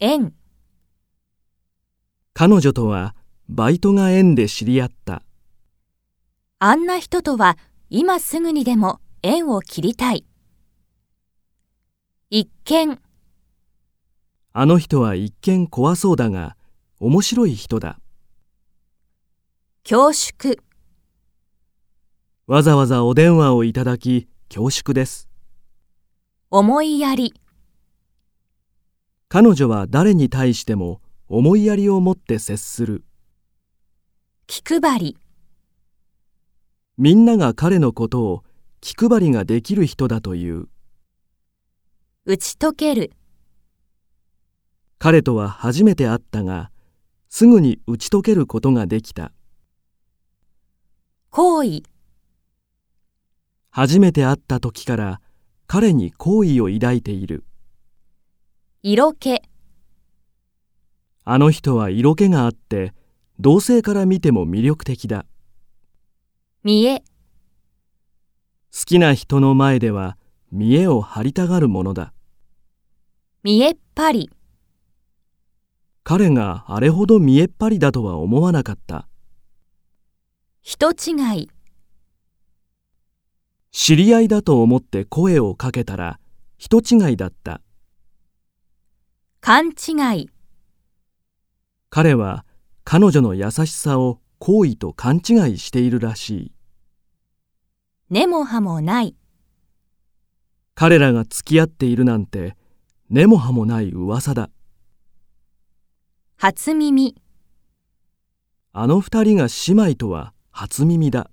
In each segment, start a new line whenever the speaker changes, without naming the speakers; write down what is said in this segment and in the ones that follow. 縁、
彼女とはバイトが縁で知り合った。
あんな人とは今すぐにでも縁を切りたい。一見、
あの人は一見怖そうだが、面白い人だ。
恐縮、
わざわざお電話をいただき、恐縮です。
思いやり、
彼女は誰に対しても思いやりを持って接する。
気配り、
みんなが彼のことを気配りができる人だという。
打ち解ける、
彼とは初めて会ったが、すぐに打ち解けることができた。
好意、
初めて会った時から彼に好意を抱いている。
色気、
あの人は色気があって、同性から見ても魅力的だ。
見え、
好きな人の前では見栄を張りたがるものだ。
見えっぱり、
彼があれほど見栄っ張りだとは思わなかった。
人違い、
知り合いだと思って声をかけたら、人違いだった。
勘違い、
彼は彼女の優しさを好意と勘違いしているらしい。
根も葉もない、
彼らが付き合っているなんて根も葉もない噂だ
初耳、
あの二人が姉妹とは初耳だ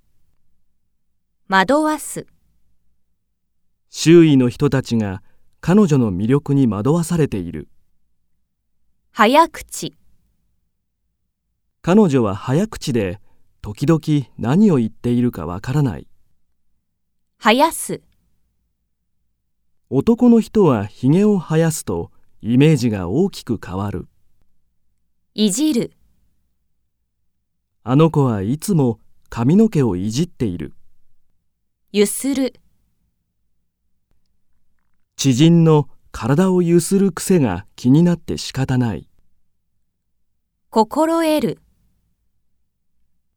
惑わす、
周囲の人たちが彼女の魅力に惑わされている
早口、
彼女は早口で時々何を言っているかわからない
生やす、
男の人はひげを生やすとイメージが大きく変わる
いじる、
あの子はいつも髪の毛をいじっている
ゆする、
知人の体をゆする癖が気になって仕方ない
心得る、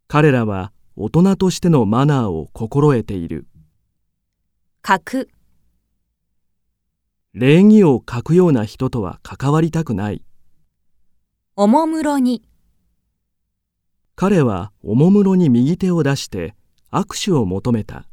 彼らは大人としてのマナーを心得ている
書く、
礼儀を書くような人とは関わりたくない。
おもむろに、
彼はおもむろに右手を出して握手を求めた。